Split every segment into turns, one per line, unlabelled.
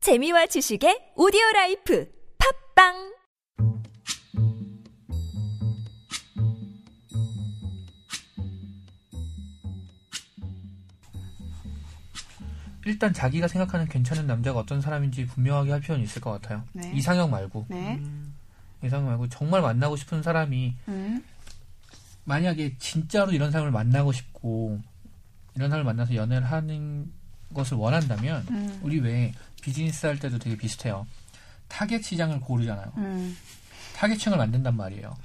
재미와 지식의 오디오 라이프 팝빵
일단 자기가 생각하는 괜찮은 남자가 어떤 사람인지 분명하게 할 필요는 있을 것 같아요.
네.
이상형 말고
네.
이상형 말고 정말 만나고 싶은 사람이
음.
만약에 진짜로 이런 사람을 만나고 싶고 이런 사람을 만나서 연애를 하는 것을 원한다면
음.
우리 왜 비즈니스 할 때도 되게 비슷해요. 타겟 시장을 고르잖아요.
음.
타겟층을 만든단 말이에요.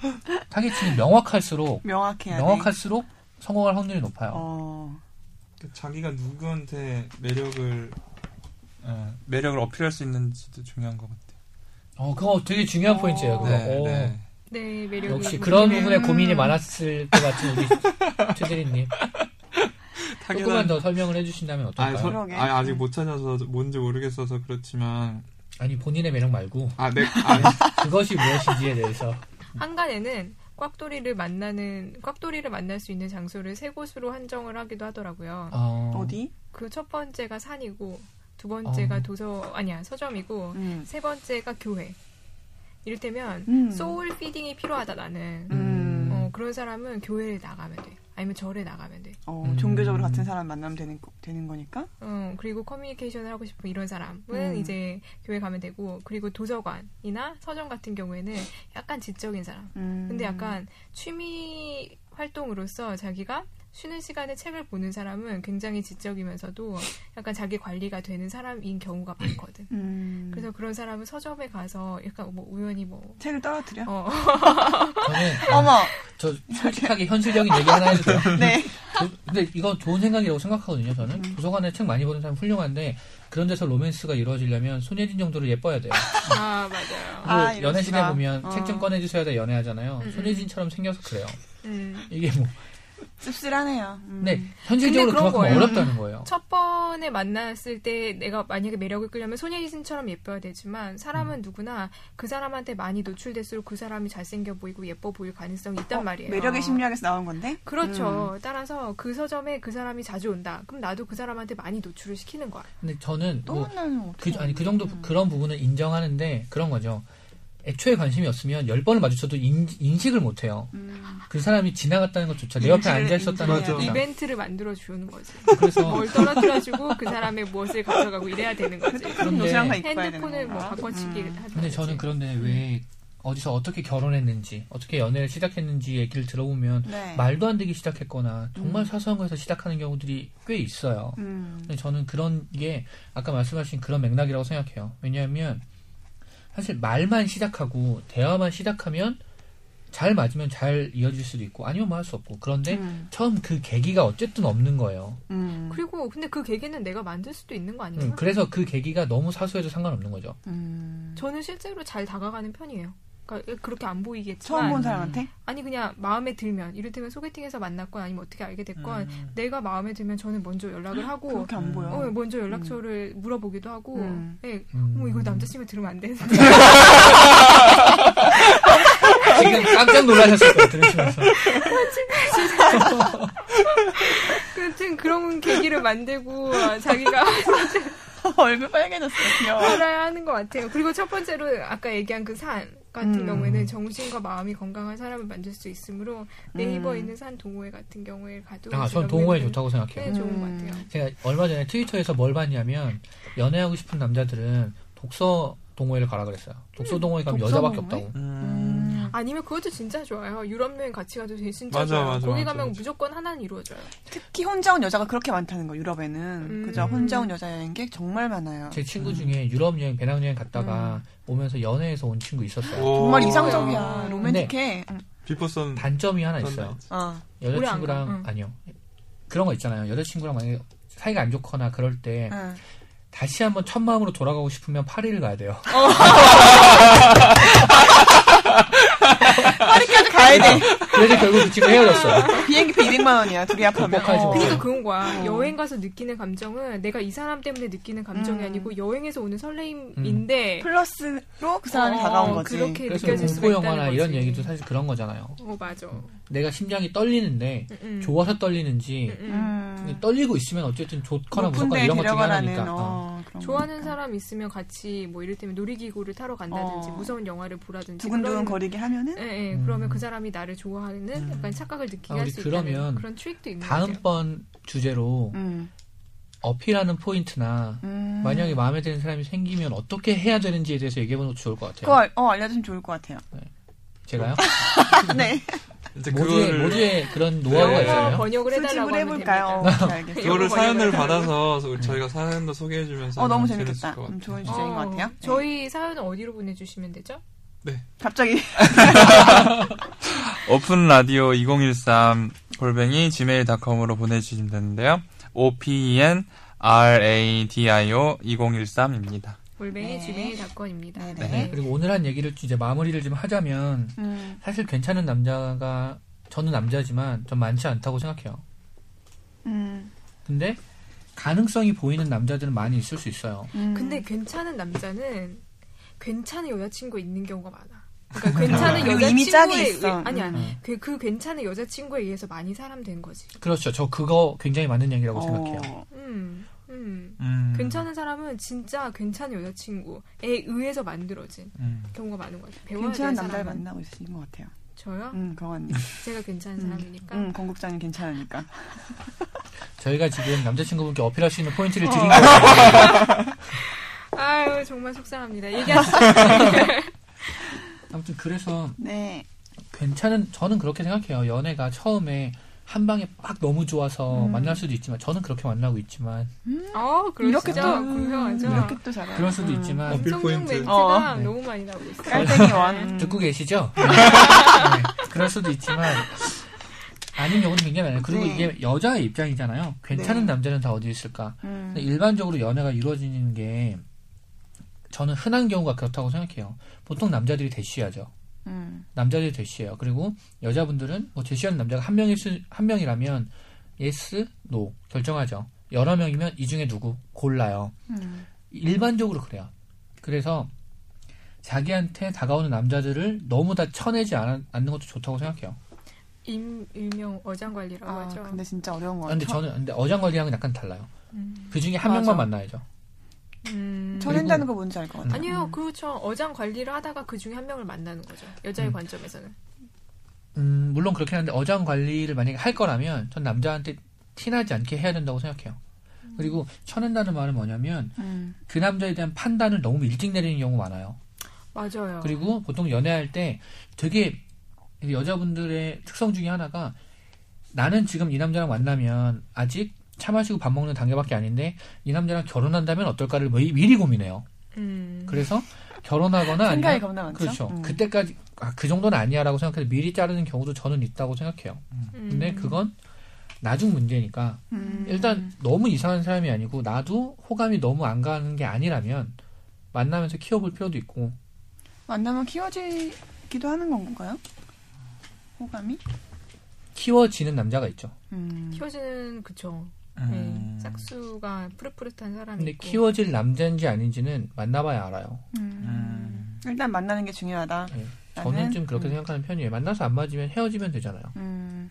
타겟층이 명확할수록
명확해야 돼.
명확할수록 성공할 확률이 높아요.
어.
그러니까 자기가 누구한테 매력을 어, 매력을 어필할 수 있는지도 중요한 것 같아요. 네,
어, 그거 되게 중요한
어.
포인트예요. 그거. 어.
네, 매력이
역시
있는
그런
분이네요.
부분에 고민이
음.
많았을 것 같은 우리 최대리님 조금만 더 설명을 해주신다면
아니,
어떨까요?
서,
그러게.
아니 아직 못 찾아서 뭔지 모르겠어서 그렇지만
아니 본인의 매력 말고
아 내 아니
그것이 무엇인지에 대해서
한간에는 꽉돌이를 만나는 꽉돌이를 만날 수 있는 장소를 세 곳으로 한정을 하기도 하더라고요.
어,
어디?
그 첫 번째가 산이고 두 번째가
어.
도서 아니야 서점이고
음.
세 번째가 교회. 이를테면
음.
소울 피딩이 필요하다 나는
음.
어, 그런 사람은 교회에 나가면 돼. 아니면 절에 나가면 돼.
어,
음.
종교적으로 같은 사람 만나면 되는 거- 되는 거니까.
어, 그리고 커뮤니케이션을 하고 싶은 이런 사람은
음.
이제 교회 가면 되고 그리고 도서관이나 서점 같은 경우에는 약간 지적인 사람.
음.
근데 약간 취미 활동으로서 자기가 쉬는 시간에 책을 보는 사람은 굉장히 지적이면서도 약간 자기 관리가 되는 사람인 경우가 많거든.
음.
그래서 그런 사람은 서점에 가서 약간 뭐 우연히 뭐
책을 떨어뜨려.
어,
저는
어머.
저 솔직하게 현실적인 얘기 하나 해도 돼요.
네.
도- 근데 이건 좋은 생각이라고 생각하거든요. 저는 도서관에 책 많이 보는 사람 훌륭한데 그런 데서 로맨스가 이루어지려면 손예진 정도로 예뻐야 돼요.
아 맞아요.
아,
그 연애 시대
이러시구나.
보면
어.
책 좀 꺼내주셔야 돼 연애하잖아요.
음.
손예진처럼 생겨서 그래요.
음.
이게 뭐
씁쓸하네요. 음.
근데 현실적으로
근데 그런
그만큼
거예요.
어렵다는 거예요.
첫 번에 만났을 때 내가 만약에 매력을 끌려면 소녀이신처럼 예뻐야 되지만 사람은
음.
누구나 그 사람한테 많이 노출될수록 그 사람이 잘생겨 보이고 예뻐 보일 가능성이 있단
어,
말이에요.
매력의 심리학에서 나온 건데. 음.
음.
그렇죠. 따라서 그 서점에 그 사람이 자주 온다. 그럼 나도 그 사람한테 많이 노출을 시키는 거야.
근데 저는
또
뭐
만나면 어떻게?
그, 아니, 그 정도, 그런 부분을 인정하는데, 그런 거죠. 애초에 관심이 없으면 열 번을 마주쳐도 인, 인식을 못 해요.
음.
그 사람이 지나갔다는 것조차, 내 옆에
인지를-
앉아 있었다는
인지를
것조차.
해야 돼.
이벤트를 만들어 주는 거지.
그래서,
뭘 떨어뜨려주고 그 사람의 무엇을 가져가고 이래야 되는 거지.
똑같은 도시락 다 입고 와야 되는
핸드폰을 뭐
건가?
바꿔치기
음.
하는
근데
거지.
저는 그런데 왜, 어디서 어떻게 결혼했는지, 어떻게 연애를 시작했는지 얘기를 들어보면,
네.
음. 말도 안 되기 시작했거나, 정말 사소한 거에서 시작하는 경우들이 꽤 있어요.
음.
근데 저는 그런 게 아까 말씀하신 그런 맥락이라고 생각해요. 왜냐하면 사실 말만 시작하고 대화만 시작하면 잘 맞으면 잘 이어질 수도 있고 아니면 뭐 할 수 없고 그런데
음.
처음 그 계기가 어쨌든 없는 거예요.
음.
그리고 근데 그 계기는 내가 만들 수도 있는 거 아닌가?
그렇죠?
음, 그래서 그 계기가 너무 사소해도 상관없는 거죠.
음.
저는 실제로 잘 다가가는 편이에요. 그러니까 그렇게 안 보이겠지만
처음 본 사람한테?
아니 그냥 마음에 들면 이를테면 소개팅에서 만났건 아니면 어떻게 알게 됐건 내가 마음에 들면 저는 먼저 연락을 하고
그렇게 안 보여.
어, 먼저 연락처를 물어보기도 하고
음.
예,
음.
어머, 이거 남자친구 들으면 안 되는데
지금 깜짝 놀라셨을 거예요 들으시면서.
아무튼 그런 계기를 만들고 자기가
얼굴 빨개졌어. 귀여워.
알아야 하는 것 같아요 그리고 첫 번째로 아까 얘기한 그 산 같은
음.
경우에는 정신과 마음이 건강한 사람을 만들 수 있으므로 네이버에
음.
있는 산 동호회 같은 경우에 가도
아, 전
제가
동호회
네.
보기에는
좋다고 생각해요.
꽤 좋은
음.
것 같아요
제가 얼마 전에 트위터에서 뭘 봤냐면 연애하고 싶은 남자들은 독서 동호회를 가라 그랬어요. 독서 동호회 가면
독서
여자밖에
동호회?
없다고.
음.
아니면 그것도 진짜 좋아요 유럽 여행 같이 가도 되게 진짜
맞아,
좋아요
맞아,
거기
맞아,
가면
맞아.
무조건 하나는 이루어져요
특히 혼자 온 여자가 그렇게 많다는 거 유럽에는 그죠
음.
혼자 온 여자 여행객 정말 많아요.
제 친구 중에 유럽 여행, 배낭 여행 갔다가
음.
오면서 연애해서 온 친구 있었어요.
정말
오.
이상적이야
네.
로맨틱해. 응.
비포 선
단점이 하나
선-
있어요.
어.
안
여자친구랑
가? 응.
아니요 그런 거 있잖아요. 여자친구랑 만약에 사이가 안 좋거나 그럴 때
응.
다시 한번 첫 마음으로 돌아가고 싶으면 파리를 가야 돼요.
파리까지 가야 가야
아, 네.
돼.
그래서 결국 그 친구 헤어졌어.
비행기표 200만 원이야. 둘이 합하면.
극복하지 뭐.
어.
마.
그러니까 그런 거야.
어.
여행 가서 느끼는 감정은 내가 이 사람 때문에 느끼는 감정이
음.
아니고 여행에서 오는 설레임인데
플러스로 그 사람이
어,
다가온 거지.
그렇게
그래서
느껴질 수가
공포
있다는
영화나
거지.
이런 얘기도 사실 그런 거잖아요.
어 맞아. 음,
내가 심장이 떨리는데
음.
좋아서 떨리는지
음, 음.
음.
떨리고 있으면 어쨌든 좋거나
높은
무섭거나
데
이런 것 중에
데려가라는
하나니까. 어.
어, 그런
좋아하는
거니까.
사람 있으면 같이 뭐 이럴 때면 놀이기구를 타러 간다든지
어.
무서운 영화를 보라든지
두근두근
그런-
거리게 하면은
예, 예.
음.
그러면 그 사람이 나를 좋아하는
음.
약간 착각을 느끼게
아,
할
우리
수
그러면
있다는 그런 트릭도 있는 거죠.
다음번 주제로
음.
어필하는 포인트나
음.
만약에 마음에 드는 사람이 생기면 어떻게 해야 되는지에 대해서 얘기해보는 것도 좋을 것 같아요.
그거 알- 어, 알려주면 좋을 것 같아요.
제가요?
네.
이제
모두의,
그거를 네.
모두의 그런 노하우가
영어
영어
있잖아요.
번역을 해달라고
수집을
하면
해볼까요? 어,
됩니다.
오케이, 알겠어요.
그거를
영어
사연을
번역을
받아서
음.
저희가 사연도 소개해주면서
어, 너무
하면 재밌을
재밌겠다.
것 같아요.
음, 좋은 주제인 것 같아요.
어, 저희 사연은 어디로 보내주시면 되죠?
갑자기
오픈 라디오 2013 골뱅이 gmail.com으로 보내주시면 되는데요. O P E N R A D I O 2013입니다.
골뱅이
네.
주민의 사건입니다.
네, 네.
네. 그리고 오늘 한 얘기를 이제 마무리를 좀 하자면
음,
사실 괜찮은 남자가 저는 남자지만 좀 많지 않다고 생각해요.
음,
근데 가능성이 보이는 남자들은 많이 있을 수 있어요.
음.
근데 괜찮은 남자는 괜찮은 여자친구 있는 경우가 많아. 그러니까 괜찮은
그리고
여자친구에
이미 짝이 있어.
의- 아니 아니
네.
음.
그, 그 괜찮은 여자친구에 의해서 많이 사람 된 거지.
그렇죠. 저 그거 굉장히 맞는 얘기라고 생각해요.
어,
음, 음.
음.
괜찮은 사람은 진짜 괜찮은 여자친구에 의해서 만들어진
음.
경우가 많은 것 같아요. 배워야
괜찮은
될
남자를
사람은.
만나고 있으신 것 같아요.
저요?
음, 경환님.
제가 괜찮은
음.
사람이니까.
음, 건국장님 괜찮으니까.
저희가 지금 남자친구분께 어필할 수 있는 포인트를 드린 거예요.
아유 정말 속상합니다. 얘기하시죠.
아무튼 그래서
네.
괜찮은 저는 그렇게 생각해요. 연애가 처음에 한 방에 막 너무 좋아서
음.
만날 수도 있지만 저는 그렇게 만나고 있지만
어,
이렇게
그러시죠.
또 음,
공평하죠.
이렇게 또 잘해요.
그럴 수도
음.
있지만
어필
엄청난
포인트.
멘트가
어.
네.
너무 많이 나오고 있어요.
깔땡이 원.
듣고 계시죠? 네. 네. 그럴 수도 있지만 아닌 경우는 굉장히 많아요. 그리고
네.
이게 여자의 입장이잖아요. 괜찮은
네.
남자는 다 어디 있을까?
음.
근데 일반적으로 연애가 이루어지는 게 저는 흔한 경우가 그렇다고 생각해요. 보통 남자들이 대시하죠.
음.
남자들이 대시해요. 그리고 여자분들은 뭐 대시하는 남자가 한 명일 수, 한 명이라면 yes, no 결정하죠. 여러 명이면 이 중에 누구 골라요.
음.
일반적으로 그래요. 그래서 자기한테 다가오는 남자들을 너무 다 쳐내지 않, 않는 것도 좋다고 생각해요.
임, 일명 어장관리라고
아,
하죠.
근데 진짜 어려운 것
아,
같아요.
근데 저는 근데 어장관리랑은 약간 달라요.
음.
그 중에 한
맞아.
명만 만나야죠.
음.
저는-
쳐낸다는 거 뭔지 알 것 같아요.
아니요, 그렇죠. 어장 관리를 하다가 그 중에 한 명을 만나는 거죠. 여자의
음.
관점에서는.
음, 물론 그렇긴 한데 어장 관리를 만약에 할 거라면 전 남자한테 티나지 않게 해야 된다고 생각해요. 그리고 쳐낸다는 말은 뭐냐면
음.
그 남자에 대한 판단을 너무 일찍 내리는 경우 가 많아요.
맞아요.
그리고 보통 연애할 때 되게 여자분들의 특성 중에 하나가 나는 지금 이 남자랑 만나면 아직 차 마시고 밥 먹는 단계밖에 아닌데 이 남자랑 결혼한다면 어떨까를 미- 미리 고민해요.
음.
그래서 결혼하거나
생각이
아니면
겁나 많죠.
그렇죠.
음.
그때까지 아, 그 정도는 아니야라고 생각해서 미리 자르는 경우도 저는 있다고 생각해요.
음.
근데 그건 나중 문제니까
음.
일단 너무 이상한 사람이 아니고 나도 호감이 너무 안 가는 게 아니라면 만나면서 키워볼 필요도 있고
만나면 키워지기도 하는 건가요? 호감이?
키워지는 남자가 있죠.
음.
키워지는 그쵸.
음.
네. 짝수가 푸릇푸릇한 사람이
근데
있고.
키워질 남자인지 아닌지는 만나봐야 알아요.
음. 일단 만나는 게 중요하다.
네.
나는?
저는 좀 그렇게
음.
생각하는 편이에요. 만나서 안 맞으면 헤어지면 되잖아요.
음.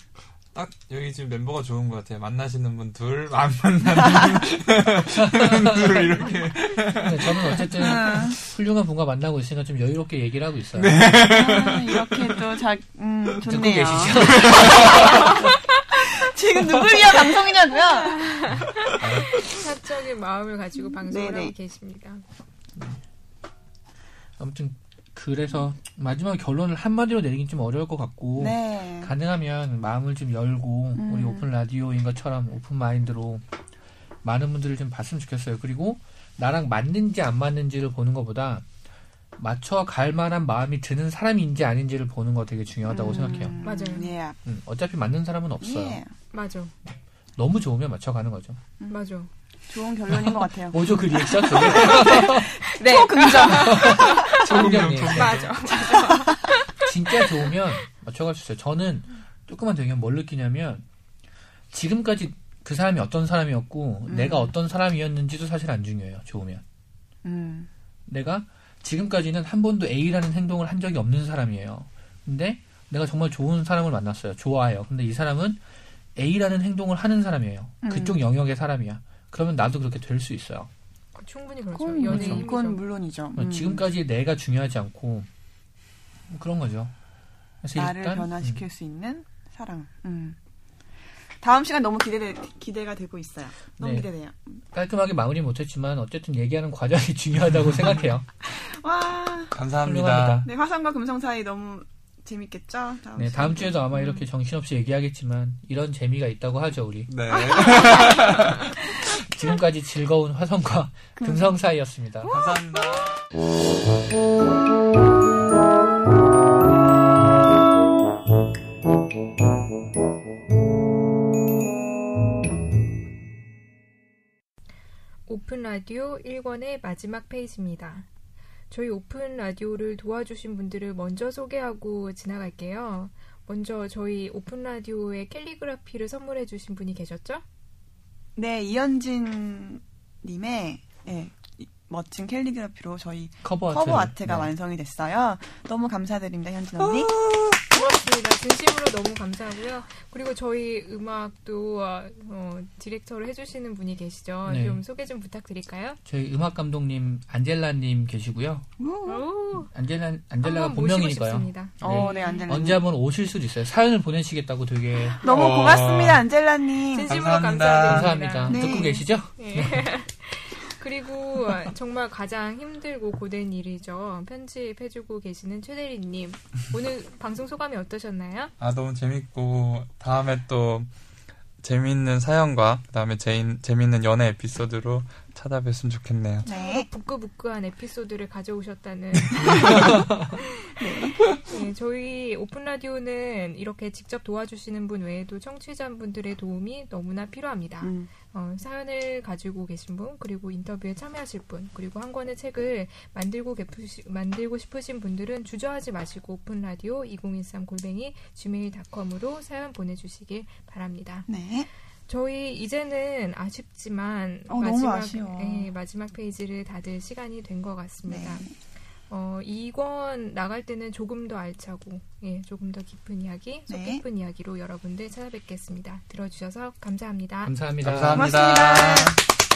딱 여기 지금 멤버가 좋은 것 같아요. 만나시는 분 둘, 안 만나는 분둘 이렇게.
근데 저는 어쨌든
음.
훌륭한 분과 만나고 있으니까 좀 여유롭게 얘기를 하고 있어요.
아, 이렇게 또 자, 음,
듣고
좋네요.
계시죠?
지금 누굴 위한 방송이냐고요?
사적인 마음을 가지고 방송을
네네.
하고 계십니다.
아무튼 그래서 마지막 결론을 한마디로 내리긴 좀 어려울 것 같고
네.
가능하면 마음을 좀 열고
음.
우리 오픈 라디오인 것처럼 오픈 마인드로 많은 분들을 좀 봤으면 좋겠어요. 그리고 나랑 맞는지 안 맞는지를 보는 것보다 맞춰 갈 만한 마음이 드는 사람인지 아닌지를 보는 거 되게 중요하다고
음.
생각해요.
맞아요.
예.
음, 어차피 맞는 사람은 없어요.
예.
맞아.
너무 좋으면 맞춰 가는 거죠. 음.
맞아.
좋은 결론인 것 같아요.
뭐죠 그 리액션?
네. 초긍정.
정경님 예.
맞아.
진, 진짜 좋으면 맞춰갈 수 있어요. 저는 조금만 더 얘기하면 뭘 느끼냐면 지금까지 그 사람이 어떤 사람이었고
음.
내가 어떤 사람이었는지도 사실 안 중요해요. 좋으면
음.
내가 지금까지는 한 번도 A라는 행동을 한 적이 없는 사람이에요. 근데 내가 정말 좋은 사람을 만났어요. 좋아요. 근데 이 사람은 A라는 행동을 하는 사람이에요.
음.
그쪽 영역의 사람이야. 그러면 나도 그렇게 될 수 있어요.
충분히 그렇죠.
그건
연예인
그건 물론이죠. 음.
아, 지금까지 내가 중요하지 않고 뭐 그런 거죠. 그래서
음. 나를
일단 음.
변화시킬 수 있는 사랑. 음. 다음 시간 너무 기대 기대가 되고 있어요. 너무
네.
기대돼요.
음, 깔끔하게 마무리 못했지만 어쨌든 얘기하는 과정이 중요하다고 생각해요.
와,
감사합니다.
훌륭합니다.
네 화성과 금성 사이 너무 재밌겠죠? 다음
네, 다음
시간에.
주에도 아마 이렇게 정신없이 얘기하겠지만 이런 재미가 있다고 하죠 우리.
네.
지금까지 즐거운 화성과 금성 사이였습니다.
어? 감사합니다.
오픈 라디오 1권의 마지막 페이지입니다. 저희 오픈 라디오를 도와주신 분들을 먼저 소개하고 지나갈게요. 먼저 저희 오픈 라디오에 캘리그라피를 선물해 주신 분이 계셨죠?
네 이현진 님의 네, 이- 멋진 캘리그라피로 저희
커버 네, 아트.
커버 아트가 완성이 됐어요. 너무 감사드립니다 현진
어,
언니.
고맙습니다. 진심으로 너무 감사하고요. 그리고 저희 음악도 아, 어, 디렉터를 해주시는 분이 계시죠.
네.
좀 소개 좀 부탁드릴까요?
저희 음악 감독님 안젤라님 계시고요.
오,
안젤라
한번
안젤라가
모시고
본명이니까요.
싶습니다.
어, 네 안젤라.
언제 한번 오실 수도 있어요. 사연을 보내시겠다고 되게
너무
어.
고맙습니다 안젤라님.
진심으로
감사합니다.
아, 감사드립니다.
감사합니다.
네.
듣고 계시죠?
예. 그리고 정말 가장 힘들고 고된 일이죠. 편집해주고 계시는 최대리님. 오늘 방송 소감이 어떠셨나요?
아 너무 재밌고 다음에 또 재밌는 사연과 그다음에 제인, 재밌는 연애 에피소드로 찾아뵀으면 좋겠네요.
네.
부끄부끄한 에피소드를 가져오셨다는. 네, 저희 오픈라디오는 이렇게 직접 도와주시는 분 외에도 청취자분들의 도움이 너무나 필요합니다.
음.
어, 사연을 가지고 계신 분, 그리고 인터뷰에 참여하실 분, 그리고 한 권의 책을 만들고, 개푸시- 만들고 싶으신 분들은 주저하지 마시고 오픈라디오 2013 골뱅이 gmail.com으로 사연 보내주시길 바랍니다.
네.
저희 이제는 아쉽지만
어, 너무 아쉬워.
예, 마지막 페이지를 닫을 시간이 된 것 같습니다.
네.
어, 이권 나갈 때는 조금 더 알차고 예, 조금 더 깊은 이야기, 속
네.
깊은 이야기로 여러분들 찾아뵙겠습니다. 들어주셔서 감사합니다.
감사합니다.
감사합니다.
고맙습니다.